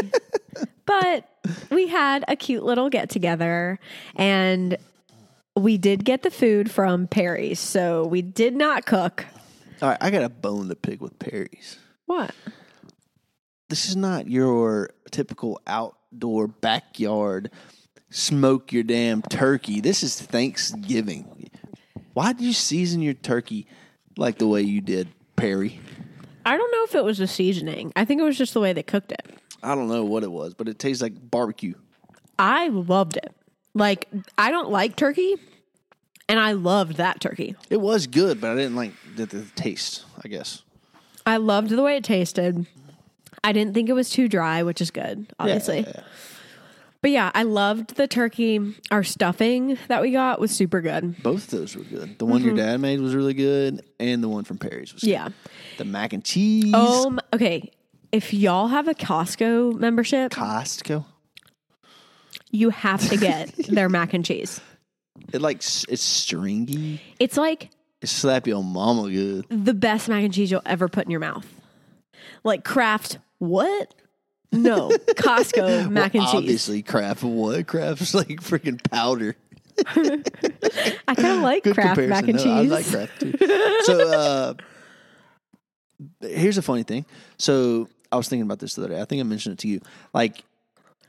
but we had a cute little get together and we did get the food from Perry's. So we did not cook.
All right, I got a bone to pick with Perry's.
What?
This is not your typical outdoor backyard smoke your damn turkey. This is Thanksgiving. Why did you season your turkey like the way you did, Perry?
I don't know if it was the seasoning. I think it was just the way they cooked it.
I don't know what it was, but it tastes like barbecue.
I loved it. Like I don't like turkey and I loved that turkey.
It was good, but I didn't like the, the taste, I guess.
I loved the way it tasted. I didn't think it was too dry, which is good, obviously. But yeah, I loved the turkey. Our stuffing that we got was super good.
Both of those were good. The one your dad made was really good, and the one from Perry's was.
Mm-hmm. Yeah.
Good. The mac and cheese.
Um. Okay. If y'all have a Costco membership,
Costco.
you have to
[LAUGHS]
get their mac and cheese.
It like s- it's stringy.
It's like
It slap your mama good.
the best mac and cheese you'll ever put in your mouth. Like Kraft, what?
[LAUGHS]
No, Costco mac and cheese.
Obviously, crap. What crap's like freaking powder.
I kind of like
Good
Kraft mac
comparison.
and
No,
cheese.
I like Kraft too. so
[LAUGHS]
uh, here's a funny thing. So I was thinking about this the other day. I think I mentioned it to you. Like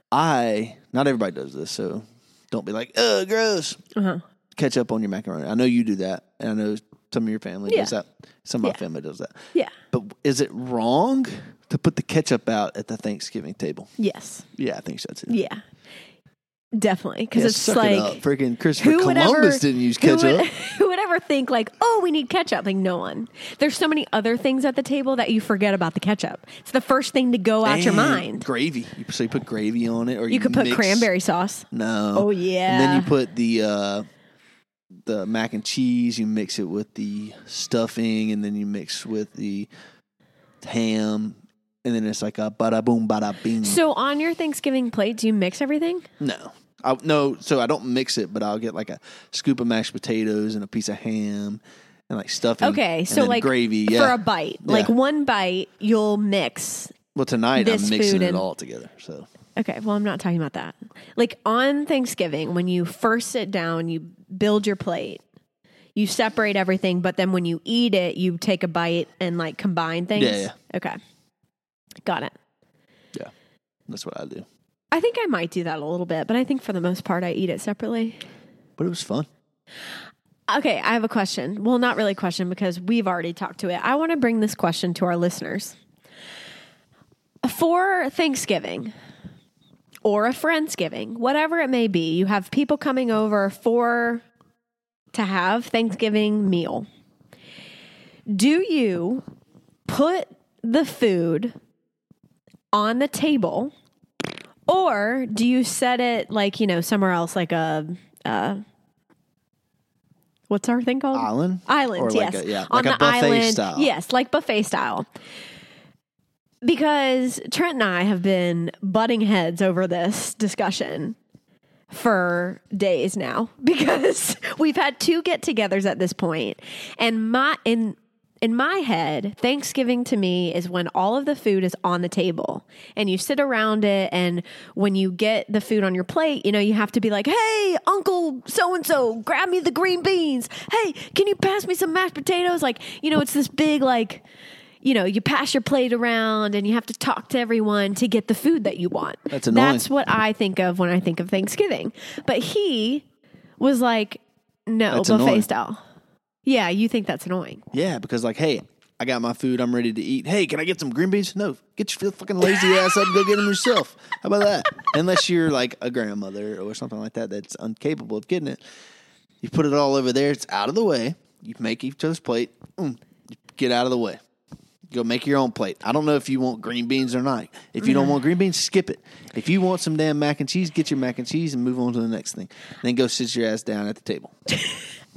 I, not everybody does this, so don't be like, oh, gross.
Uh-huh.
Catch up on your macaroni. I know you do that, and I know some of your family does
Yeah.
that. Some of
Yeah.
my family does that.
Yeah.
But is it wrong to put the ketchup out at the Thanksgiving table?
Yes.
Yeah, I think so too.
Yeah. Definitely, because
Yeah,
it's
suck it up.
like
freaking Christopher
who would
Columbus
ever
didn't use
who would-
ketchup.
[LAUGHS] Who would ever think like, oh, we need ketchup? Like no one. There's so many other things at the table that you forget about the ketchup. It's the first thing to go out your
And
mind.
Gravy. You- So you put gravy on it, or you,
You could put
mix- Mm.
cranberry sauce.
No.
Oh,
And then
yeah.
you put the uh, the mac and cheese. You mix it with the stuffing, and then you mix with the ham, and then it's like a bada boom, bada bing.
So on your Thanksgiving plate, do you mix everything?
no. I, no, so I don't mix it, but I'll get like a scoop of mashed potatoes and a piece of ham and like stuffing.
Okay,
and
so
then
like
gravy. Yeah.
for a bite, like
Yeah.
one bite, you'll mix.
well, tonight I'm
this
mixing
food
it
and-
all together. So
Okay, well, I'm not talking about that. Like on Thanksgiving, when you first sit down, you build your plate, you separate everything, but then when you eat it, you take a bite and like combine things.
Yeah, yeah.
Okay, got it.
that's what I do.
I think I might do that a little bit, but I think for the most part, I eat it separately.
But it was fun.
Okay, I have a question. Well, not really a question because we've already talked to it. I want to bring this question to our listeners. For Thanksgiving or a Friendsgiving, whatever it may be, you have people coming over for to have Thanksgiving meal. Do you put the food on the table or do you set it like, you know, somewhere else like a uh What's our thing called?
Island?
Island,
Or like
yes.
a- yeah,
On
like a
the
buffet
island,
style.
yes, like buffet style. Because Trent and I have been butting heads over this discussion for days now [LAUGHS] because we've had two get-togethers at this point, and my in in my head, Thanksgiving to me is when all of the food is on the table and you sit around it. And when you get the food on your plate, you know, you have to be like, hey, Uncle so and so, grab me the green beans. Hey, can you pass me some mashed potatoes? Like, you know, it's this big, like, you know, you pass your plate around and you have to talk to everyone to get the food that you want.
That's annoying.
That's what I think of when I think of Thanksgiving. But he was like, no,
That's
buffet
annoying.
style. Yeah, you think that's annoying.
Yeah, because like, hey, I got my food. I'm ready to eat. Hey, can I get some green beans? No, get your
[LAUGHS]
fucking lazy ass up and go get them yourself. How about that? Unless you're like a grandmother or something like that that's incapable of getting it. You put it all over there. It's out of the way. You make each other's plate. Mm, you get out of the way. Go make your own plate. I don't know if you want green beans or not. If
Mm.
you don't want green beans, skip it. If you want some damn mac and cheese, get your mac and cheese and move on to the next thing. Then go sit your ass down at the table.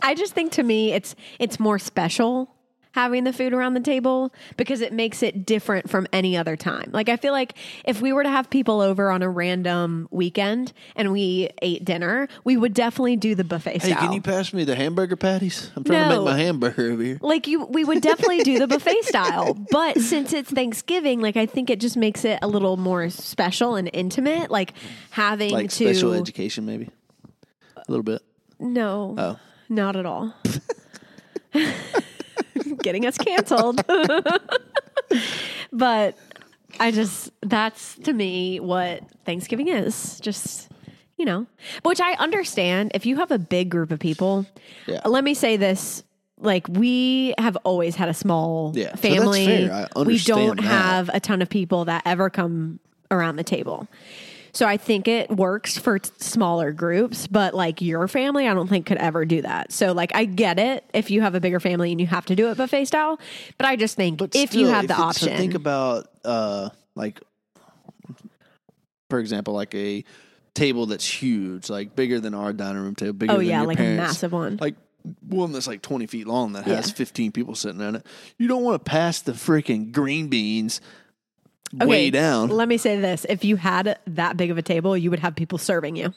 I just think to me it's it's more special having the food around the table because it makes it different from any other time. Like I feel like if we were to have people over on a random weekend and we ate dinner, we would definitely do the buffet
Hey,
style.
can you pass me the hamburger patties? I'm trying to
No.
make my hamburger
[LAUGHS]
over here.
like you we would definitely do the
[LAUGHS]
buffet style but since it's thanksgiving like i think it just makes it a little more special and intimate like having
Like
to
special education, maybe a little bit.
No.
Oh.
Not at all. [LAUGHS] Getting us canceled. [LAUGHS] but I just, that's to me what Thanksgiving is. Just, you know, which I understand if you have a big group of people.
Yeah.
Let me say this. Like we have always had a small
Yeah. So that's
family.
fair. I
we
understand
don't
that.
have a ton of people that ever come around the table. So I think it works for t- smaller groups, but like your family, I don't think could ever do that. So like I get it if you have a bigger family and you have to do it buffet style, but I just think if you
Still,
have the
it's- so
option,
think about uh, like, for example, like a table that's huge, like bigger than our dining room table, bigger
Oh
than
yeah,
your
like
parents.
a massive one.
like one that's like 20 feet long that has
Yeah.
15 people sitting on it. You don't want to pass the freaking green beans way down.
Let me say this: if you had that big of a table, you would have people serving you.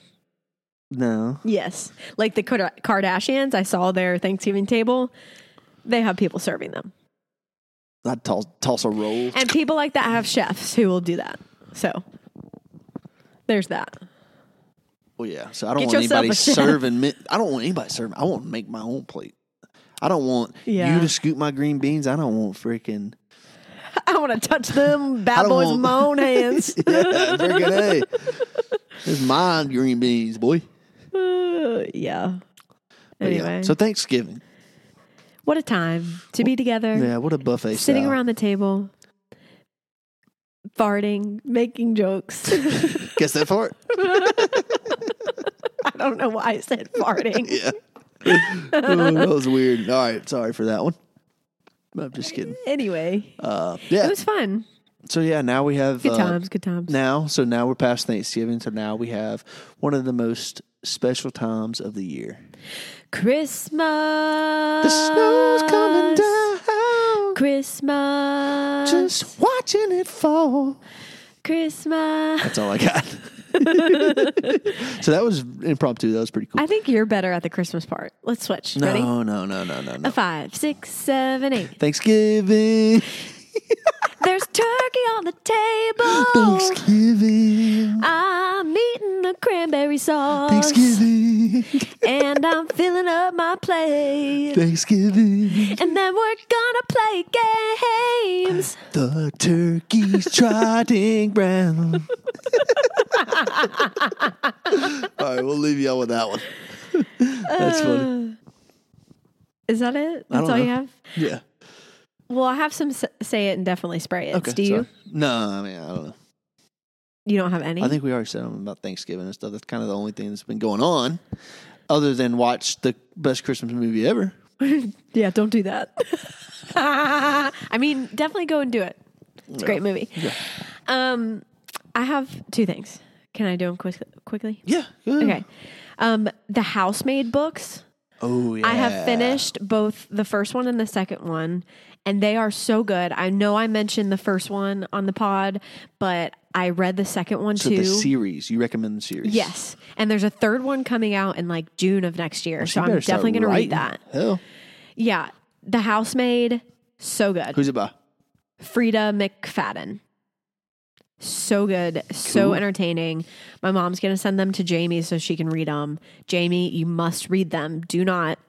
no.
Yes, like the Kar- Kardashians. I saw their Thanksgiving table; they have people serving them,
I'd toss, toss a roll.
and people like that have chefs who will do that. So there's that.
Well, yeah. So I don't
Get
want
yourself
anybody
a chef.
serving me. I don't want anybody serving. I want to make my own plate. I don't want
Yeah.
you to scoop my green beans. I don't want freaking. [LAUGHS]
[LAUGHS] I want to touch them
I
bad
don't
boys'
want- [LAUGHS]
moan hands.
Yeah, freaking A. It's my green beans, boy.
Uh, [LAUGHS] yeah.
But
Anyway,
Yeah. So Thanksgiving.
what a time to be together,
Yeah, what a buffet.
sitting
style.
around the table, farting, making jokes. [LAUGHS]
Guess that part?
I don't know why I said farting.
[LAUGHS] Yeah. Ooh, that was weird. All right, sorry for that one. I'm just kidding.
Anyway,
Uh,
it
yeah.
was fun.
So yeah, now we have
Good
uh,
times. Good times.
now. So now we're past Thanksgiving. So now we have one of the most special times of the year.
Christmas.
The snow's coming down.
Christmas.
Just watching it fall.
Christmas.
That's all
[LAUGHS]
I got. so that was impromptu. That was pretty cool.
I think you're better at the Christmas part. Let's switch.
no,
Ready?
no, no, no, no,
A
no.
five, six, seven, eight.
Thanksgiving.
There's turkey on the table.
Thanksgiving.
I'm eating the cranberry sauce.
[LAUGHS] Thanksgiving.
And I'm filling up my plate.
Thanksgiving.
And then we're gonna play games.
The
[LAUGHS]
turkey's trotting round. All right, we'll leave y'all with that one. That's funny.
Uh, Is that it?
I
That's all
don't
you
know.
have?
Yeah.
Well, I have some s- say it and definitely spray it.
Okay.
Do you?
sorry. No, I mean, I don't know.
You don't have any?
I think we already said something about Thanksgiving and stuff. That's kind of the only thing that's been going on, other than watch the best Christmas movie ever.
yeah, don't do that. [LAUGHS] I mean, definitely go and do it. It's a great movie. Um, I have two things. Can I do them quick- quickly?
Yeah.
Okay. Um, the housemaid books.
Oh yeah.
I have finished both the first one and the second one, and they are so good. I know I mentioned the first one on the pod, but I read the second one
so
too.
the series. You recommend the series?
yes, and there's a third one coming out in like June of next year, so
You
I'm
better start
definitely going to
writing.
read that.
Hell,
Yeah, The Housemaid, so good.
who's it by?
Frida McFadden. So good, so
Cool.
entertaining. My mom's going to send them to Jamie so she can read them. Jamie, you must read them. Do not.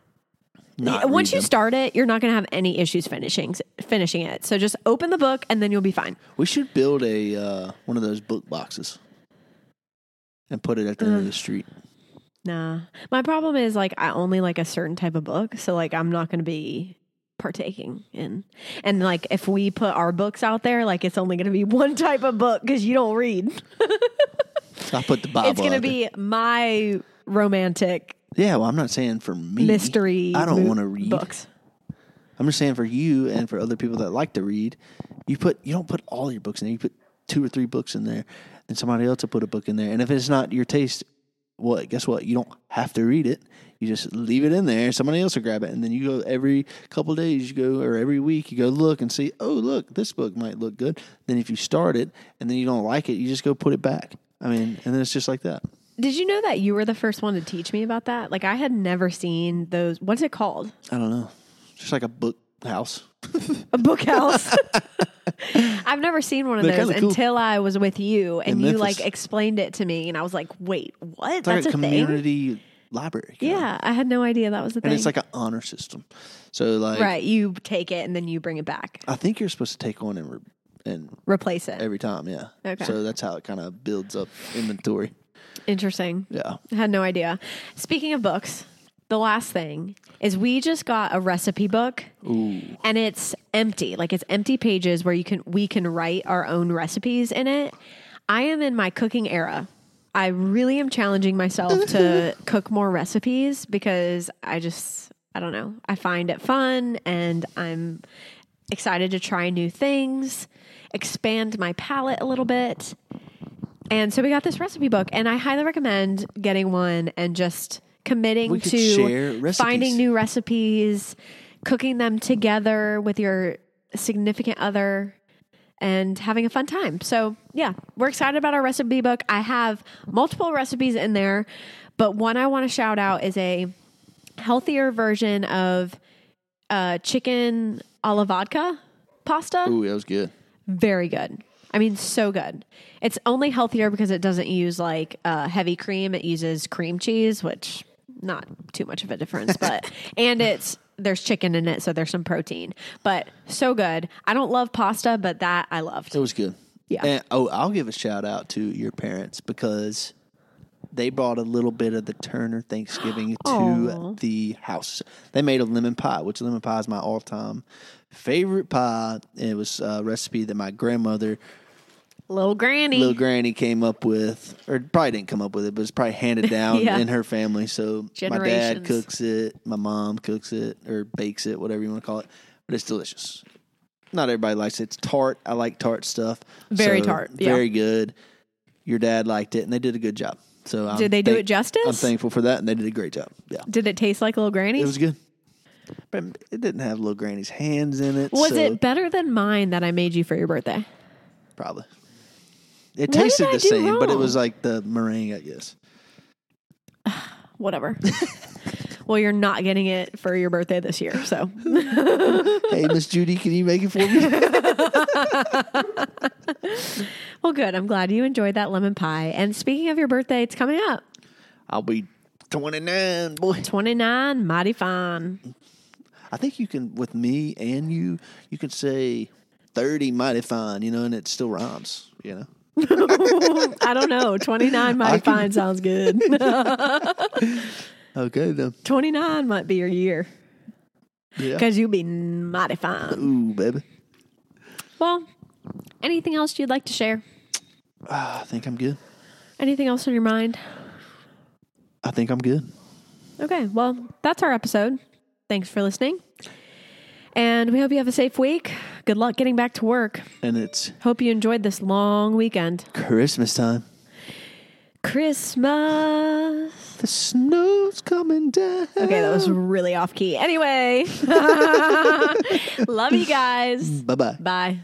Not
Once
read
you
them.
start it, you're not going to have any issues finishing finishing it. So just open the book and then you'll be fine.
We should build a uh, one of those book boxes and put it at the end of the street.
Nah. My problem is like I only like a certain type of book, so like I'm not going to be partaking in. And like if we put our books out there, like it's only going to be [LAUGHS] one type of book cuz you don't read.
I put the Bible.
it's going to
out
be
there.
my romantic
yeah. Well, I'm not saying for me
mystery.
I don't
mo-
want to read.
books.
I'm just saying for you and for other people that like to read. You put you don't put all your books in there. You put two or three books in there, and somebody else will put a book in there. And if it's not your taste, what? Guess what? You don't have to read it. You just leave it in there. Somebody else will grab it, and then you go every couple days. You go or every week you go look and see. Oh, look, this book might look good. Then if you start it and then you don't like it, you just go put it back. I mean, and then it's just like that.
Did you know that you were the first one to teach me about that? Like I had never seen those. What's it called?
I don't know. Just like a book house.
A book [LAUGHS] house. I've never seen one of
They're
those
kinda cool.
until I was with you and
In
you
Memphis.
like explained it to me and I was like, "Wait, what?
It's like
That's
a
a thing?"
community library. you know?
Yeah, I had no idea that was a thing.
and it's like an honor system. So like,
right, you take it and then you bring it back.
I think you're supposed to take on and re- and
Replace it.
every time, yeah.
Okay.
So that's how it kind of builds up inventory.
Interesting.
Yeah.
I had no idea. Speaking of books, the last thing is we just got a recipe book and it's empty. Like it's empty pages where you can we can write our own recipes in it. I am in my cooking era. I really am challenging myself to cook more recipes because I just I don't know. I find it fun and I'm excited to try new things, expand my palate a little bit. And so we got this recipe book, and I highly recommend getting one and just committing
We could
to
share recipes.
finding new recipes, cooking them together with your significant other, and having a fun time. So, yeah, we're excited about our recipe book. I have multiple recipes in there, but one I want to shout out is a healthier version of uh, chicken alla vodka pasta
Ooh, that was good.
very good. I mean, so good. It's only healthier because it doesn't use like uh, heavy cream. It uses cream cheese, which not too much of a difference,
[LAUGHS]
but and it's there's chicken in it, so there's some protein. But so good. I don't love pasta, but that I loved.
It was good.
Yeah.
And, oh, I'll give a shout out to your parents because they brought a little bit of the Turner Thanksgiving
Aw.
to the house. They made a lemon pie, which lemon pie is my all time favorite pie. It was a recipe that my grandmother,
Little granny.
little granny, came up with, or probably didn't come up with it, but it's probably handed
[LAUGHS]
down
Yeah.
in her family. So my dad
Generations.
cooks it, my mom cooks it, or bakes it, whatever you want to call it, but it's delicious. Not everybody likes it. It's tart. I like tart stuff.
Very tart, yeah.
Very good. Your dad liked it, and they did a good job. So I'm
Did they do
thank-
it justice?
I'm thankful for that, and they did a great job. Yeah,
Did it taste like little granny?
it
Was,
was good. But it didn't have little granny's hands in it. so
it better than mine that I made you for your birthday?
probably? It
What did
tasted
I
the
do
same, but it
wrong?
was like the meringue, I guess.
Whatever. well, you're not getting it for your birthday this year, so
hey, Miss Judy, can you make it for me?
Well, good. I'm glad you enjoyed that lemon pie. And speaking of your birthday, it's coming up.
[LAUGHS] I'll be 29, boy.
29, mighty fine. [LAUGHS]
I think you can, with me and you, you can say 30 mighty fine, you know, and it still rhymes, you know.
I don't know. 29 mighty
I can-
fine sounds good. [LAUGHS]
Okay, then.
29 might be your year
Yeah.
because you'll be mighty fine.
Ooh, baby.
Well, anything else you'd like to share?
Ah, I think I'm good.
Anything else on your mind?
I think I'm good.
Okay. Well, that's our episode. Thanks for listening. And we hope you have a safe week. Good luck getting back to work.
And it's
Hope you enjoyed this long weekend.
Christmas time.
Christmas.
The snow's coming down.
Okay, that was really off key. Anyway, [LAUGHS] love you guys.
Bye bye.
Bye.